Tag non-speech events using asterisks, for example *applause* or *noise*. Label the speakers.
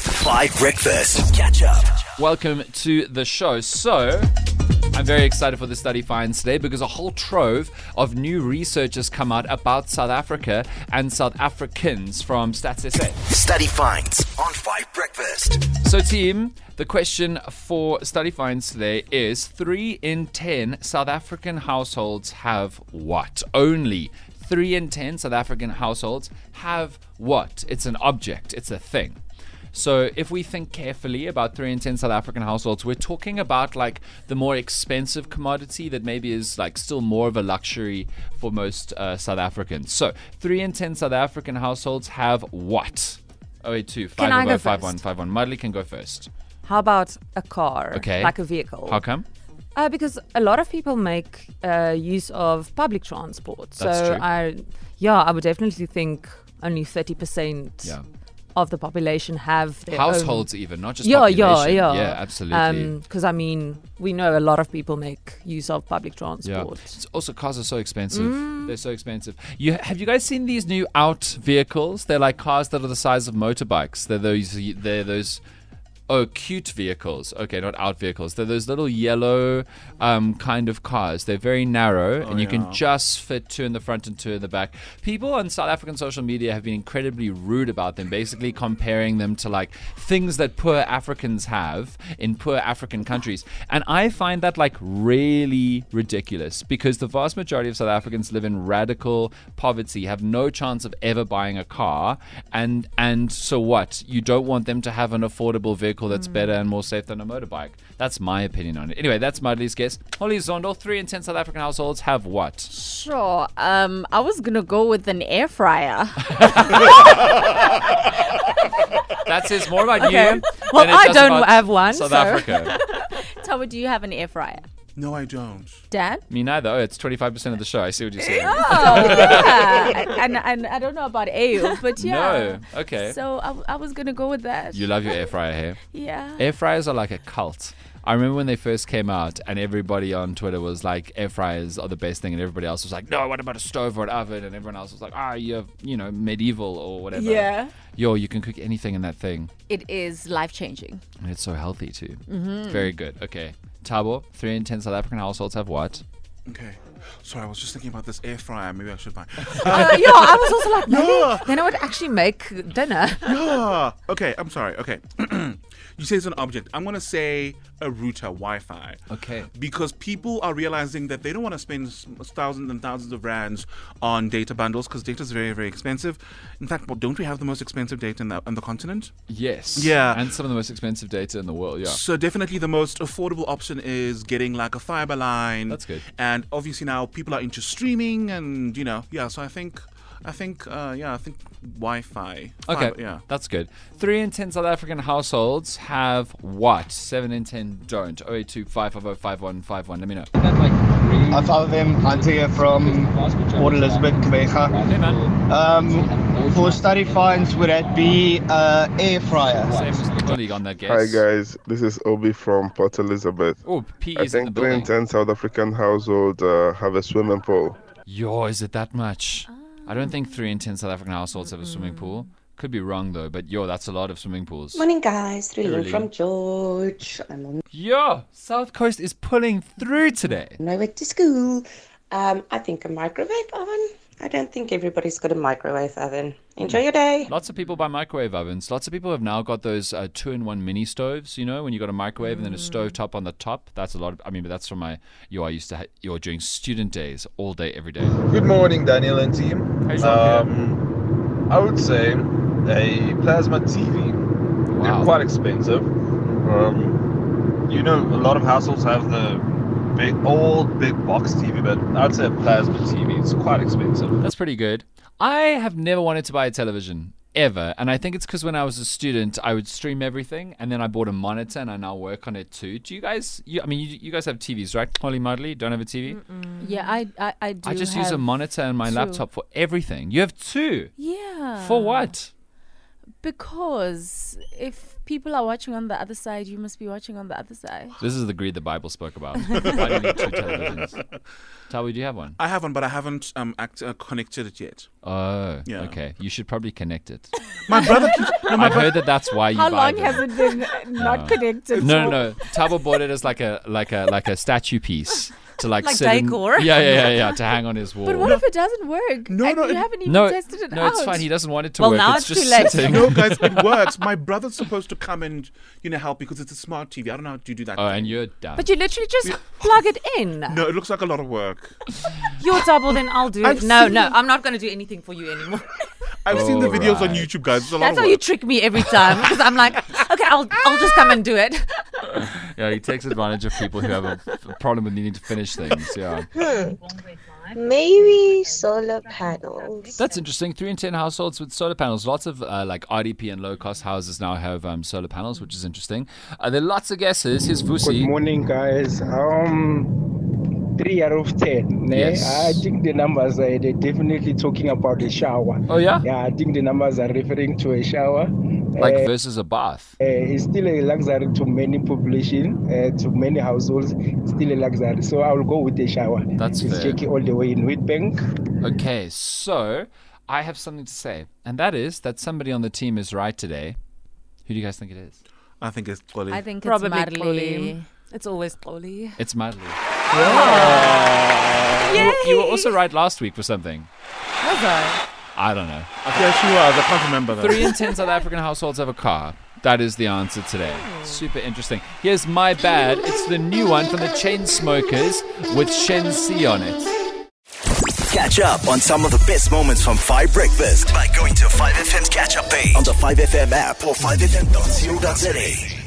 Speaker 1: Five Breakfast. Catch up.
Speaker 2: Welcome to the show. So, I'm very excited for the study finds today because a whole trove of new research has come out about South Africa and South Africans from Stats SA.
Speaker 1: Study finds on Five Breakfast.
Speaker 2: So, team, the question for study finds today is three in 10 South African households have what? Only three in 10 South African households have what? It's an object, it's a thing. So if we think carefully about three in ten South African households, we're talking about like the more expensive commodity that maybe is like still more of a luxury for most uh, South Africans. So three in ten South African households have what? Oh, 082
Speaker 3: I
Speaker 2: 510
Speaker 3: go first?
Speaker 2: 5151. Mudley can go first.
Speaker 3: How about a car?
Speaker 2: Okay.
Speaker 3: Like a vehicle.
Speaker 2: How come?
Speaker 3: Uh, because a lot of people make uh, use of public transport.
Speaker 2: That's
Speaker 3: so
Speaker 2: true.
Speaker 3: I, yeah, I would definitely think only 30%
Speaker 2: Yeah.
Speaker 3: of the population have their own-
Speaker 2: Households, even, not just
Speaker 3: um, Yeah, yeah,
Speaker 2: population.
Speaker 3: yeah. Um,
Speaker 2: Yeah, absolutely.
Speaker 3: Because I mean, we know a lot of people make use of public transport.
Speaker 2: S- Also, cars are so expensive. They're so expensive. You have you guys seen these new out vehicles? They're like cars that are the size of motorbikes. They're those. They're those. Oh, cute vehicles. Okay, not out vehicles. They're those little yellow um, kind of cars. They're very narrow, and you can just fit two in the front and two in the back. People on South African social media have been incredibly rude about them, basically comparing them to like things that poor Africans have in poor African countries. And I find that like really ridiculous because the vast majority of South Africans live in radical poverty, have no chance of ever buying a car, and and so what? You don't want them to have an affordable vehicle that's better and more safe than a motorbike. That's my opinion on it. Anyway, that's Madly's guess. Holly Zondel, three in ten South African households have what?
Speaker 4: Sure. Um, I was gonna go with an air fryer. *laughs*
Speaker 2: That says more about
Speaker 3: Okay.
Speaker 2: you.
Speaker 3: Well,
Speaker 2: than it
Speaker 3: I
Speaker 2: does
Speaker 3: don't
Speaker 2: about
Speaker 3: have one,
Speaker 2: South
Speaker 3: so-
Speaker 2: Africa.
Speaker 4: Tower, do you have an air fryer,
Speaker 5: No, I don't. *laughs*
Speaker 4: Dad?
Speaker 2: Me neither. Oh, it's twenty five percent of the show. I see what you're
Speaker 3: *laughs*
Speaker 2: saying.
Speaker 4: Oh, yeah. and and I don't know about ale, but yeah.
Speaker 2: No. Okay.
Speaker 4: So I, w- I was gonna go with that.
Speaker 2: you love your air fryer here.
Speaker 4: yeah.
Speaker 2: Air fryers are like a cult. I remember when they first came out, and everybody on Twitter was like, "Air fryers are the best thing," and everybody else was like, "No, what about a stove or an oven?" And everyone else was like, "Ah, you're you know medieval or whatever."
Speaker 4: Yeah.
Speaker 2: Yo, you can cook anything in that thing,
Speaker 4: It is life changing.
Speaker 2: and it's so healthy too. Mm-hmm. Very good. Okay, Tabo, three in ten South African households have what?
Speaker 5: Okay. Sorry, I was just thinking about this air fryer. Maybe I should buy.
Speaker 3: Uh, yeah, I was also like, maybe then I would actually make
Speaker 2: *laughs*
Speaker 3: dinner.
Speaker 5: Ah, okay, I'm sorry. Okay. *clears throat* you say it's an object. I'm going to say a router, Wi Fi.
Speaker 2: Okay.
Speaker 5: Because people are realizing that they don't want to spend s- thousands and thousands of rands on data bundles because data is very, very expensive. In fact, well, don't we have the most expensive data in the, on the continent?
Speaker 2: Yes.
Speaker 5: Yeah.
Speaker 2: And some of the most expensive data in the world. Yeah.
Speaker 5: So definitely the most affordable option is getting like a fiber line.
Speaker 2: That's good.
Speaker 5: And obviously now people are into streaming and you know yeah. So I think I think uh, yeah I think Wi-Fi.
Speaker 2: Okay,
Speaker 5: Fiber, yeah.
Speaker 2: that's good. Three in ten South African households have what? Seven in ten don't. 082 550 5151. Let me know.
Speaker 6: I follow them. Hunter here from Port Elizabeth, Kvega.
Speaker 2: Hey man.
Speaker 6: Um, for study finds, would that be uh, air fryer?
Speaker 2: Same as the colleague on that guess.
Speaker 7: Hi guys, this is Obi from Port Elizabeth.
Speaker 2: Oh, P
Speaker 7: I
Speaker 2: is in the
Speaker 7: think 3 in
Speaker 2: building.
Speaker 7: 10 South African household uh, have a swimming pool.
Speaker 2: Yo, is it that much? I don't think three in ten South African households have a swimming pool. Could be wrong though, but yo, that's a lot of swimming pools.
Speaker 8: Morning, guys. Relin
Speaker 2: Relin.
Speaker 8: from George. I'm on
Speaker 2: Yo, South Coast is pulling through today.
Speaker 8: my way to school. Um, I think a microwave oven. I don't think everybody's got a microwave oven. Enjoy your day.
Speaker 2: Lots of people buy microwave ovens. Lots of people have now got those uh, two-in-one mini stoves. You know, when you got a microwave and then a stove top on the top. That's a lot. Of, I mean, but that's from my yo. I used to ha- yo during student days, all day, every day.
Speaker 9: Good morning, Daniel and team.
Speaker 2: Hey, Zaki.
Speaker 9: Um, I would say a plasma TV. They're
Speaker 2: wow.
Speaker 9: quite expensive. Um, you know, a lot of households have the big, old big box TV, but I'd say a plasma TV. It's quite expensive.
Speaker 2: That's pretty good. I have never wanted to buy a television ever, and I think it's because when I was a student, I would stream everything, and then I bought a monitor, and I now work on it too. Do you guys? You, I mean, you, you guys have TVs, right? Holly Mudley, don't have a TV.
Speaker 4: Yeah, I I, I do.
Speaker 2: I just use a
Speaker 4: have-
Speaker 2: monitor and my
Speaker 4: two. Uh.
Speaker 2: laptop for everything. You have two
Speaker 4: Yeah.
Speaker 2: for what?
Speaker 4: Because if people are watching on the other side, you must be watching on the other side.
Speaker 2: This is the greed the Bible spoke
Speaker 4: *laughs*
Speaker 2: about. Why do you need two televisions? Tawi, do you have one?
Speaker 5: I haven't, but I haven't um, act, uh, connected
Speaker 2: *laughs*
Speaker 5: it yet.
Speaker 2: Oh,
Speaker 5: Yeah.
Speaker 2: okay. You should probably connect it.
Speaker 5: My brother keeps. no, my
Speaker 2: I've
Speaker 5: bro-
Speaker 2: heard that that's why you
Speaker 4: How
Speaker 2: buy
Speaker 4: long
Speaker 2: them.
Speaker 4: has it
Speaker 2: *laughs*
Speaker 4: been uh, not connected?
Speaker 2: No, no,
Speaker 4: for?
Speaker 2: no. Tabo bought it as like a like a like a statue piece to like,
Speaker 3: Like
Speaker 2: sit in-
Speaker 3: decor.
Speaker 2: yeah, yeah, yeah, yeah, to hang on his wall.
Speaker 4: But what if it doesn't work?
Speaker 5: No,
Speaker 4: And
Speaker 5: no,
Speaker 4: You
Speaker 5: it-
Speaker 4: haven't even
Speaker 2: no,
Speaker 4: tested it
Speaker 2: no,
Speaker 4: out.
Speaker 2: it's fine. He doesn't want it to
Speaker 3: Well,
Speaker 2: work.
Speaker 3: now
Speaker 2: it's
Speaker 3: it's
Speaker 2: just
Speaker 3: too late.
Speaker 2: sitting.
Speaker 5: *laughs* no, guys, it works. My brother's supposed to come and you know help because it's a smart TV. I don't know how to do that.
Speaker 2: Oh,
Speaker 5: thing.
Speaker 2: and you're done.
Speaker 3: But you literally just plug it in.
Speaker 5: no, it looks like a lot of work.
Speaker 3: You're double, then I'll do
Speaker 5: I've
Speaker 3: it. No,
Speaker 5: seen-
Speaker 3: no, I'm not going to do anything for you anymore. *laughs*
Speaker 5: I've seen the videos on
Speaker 2: Alright.
Speaker 5: YouTube, guys. It's a lot
Speaker 3: That's
Speaker 5: of
Speaker 3: how
Speaker 5: work.
Speaker 3: you trick me every time because I'm like, okay, I'll, I'll just come and do it.
Speaker 2: yeah, he takes advantage of people who have a, a problem with needing to finish things. Yeah,
Speaker 8: Maybe solar panels.
Speaker 2: that's interesting. Three in ten households with solar panels. Lots of uh, like RDP and low cost houses now have um, solar panels, which is interesting. Uh, there are lots of guesses. Here's
Speaker 6: Good
Speaker 2: Fusi.
Speaker 6: morning, guys. Um, three out of ten. ne?
Speaker 2: Yes.
Speaker 6: I think the numbers are they're definitely talking about the shower.
Speaker 2: Oh yeah,
Speaker 6: Yeah, I think the numbers are referring to a shower.
Speaker 2: like versus a bath.
Speaker 6: Uh, it's still a luxury to many population, uh, to many households. It's still a luxury. So I will go with the shower.
Speaker 2: That's
Speaker 6: it's
Speaker 2: fair.
Speaker 6: Jackie all the way in Witbank.
Speaker 2: Okay, so I have something to say, and that is that somebody on the team is right today. Who do you guys think it is?
Speaker 5: I think it's
Speaker 4: I
Speaker 3: *laughs*
Speaker 5: quality.
Speaker 4: think
Speaker 3: Probably
Speaker 4: it's Marley.
Speaker 3: Chloe. It's always Polly.
Speaker 2: It's Madly. You were also right last week for something. I don't know.
Speaker 5: Yes, you was. I can't remember that.
Speaker 2: Three in ten South African households have a car. That is the answer today. Super interesting. Here's my bad. It's the new one from the Chainsmokers with Shen Si on it.
Speaker 1: Catch up on some of the best moments from 5 Breakfast by going to 5FM's catch up page on the 5FM app or 5FM.co.za.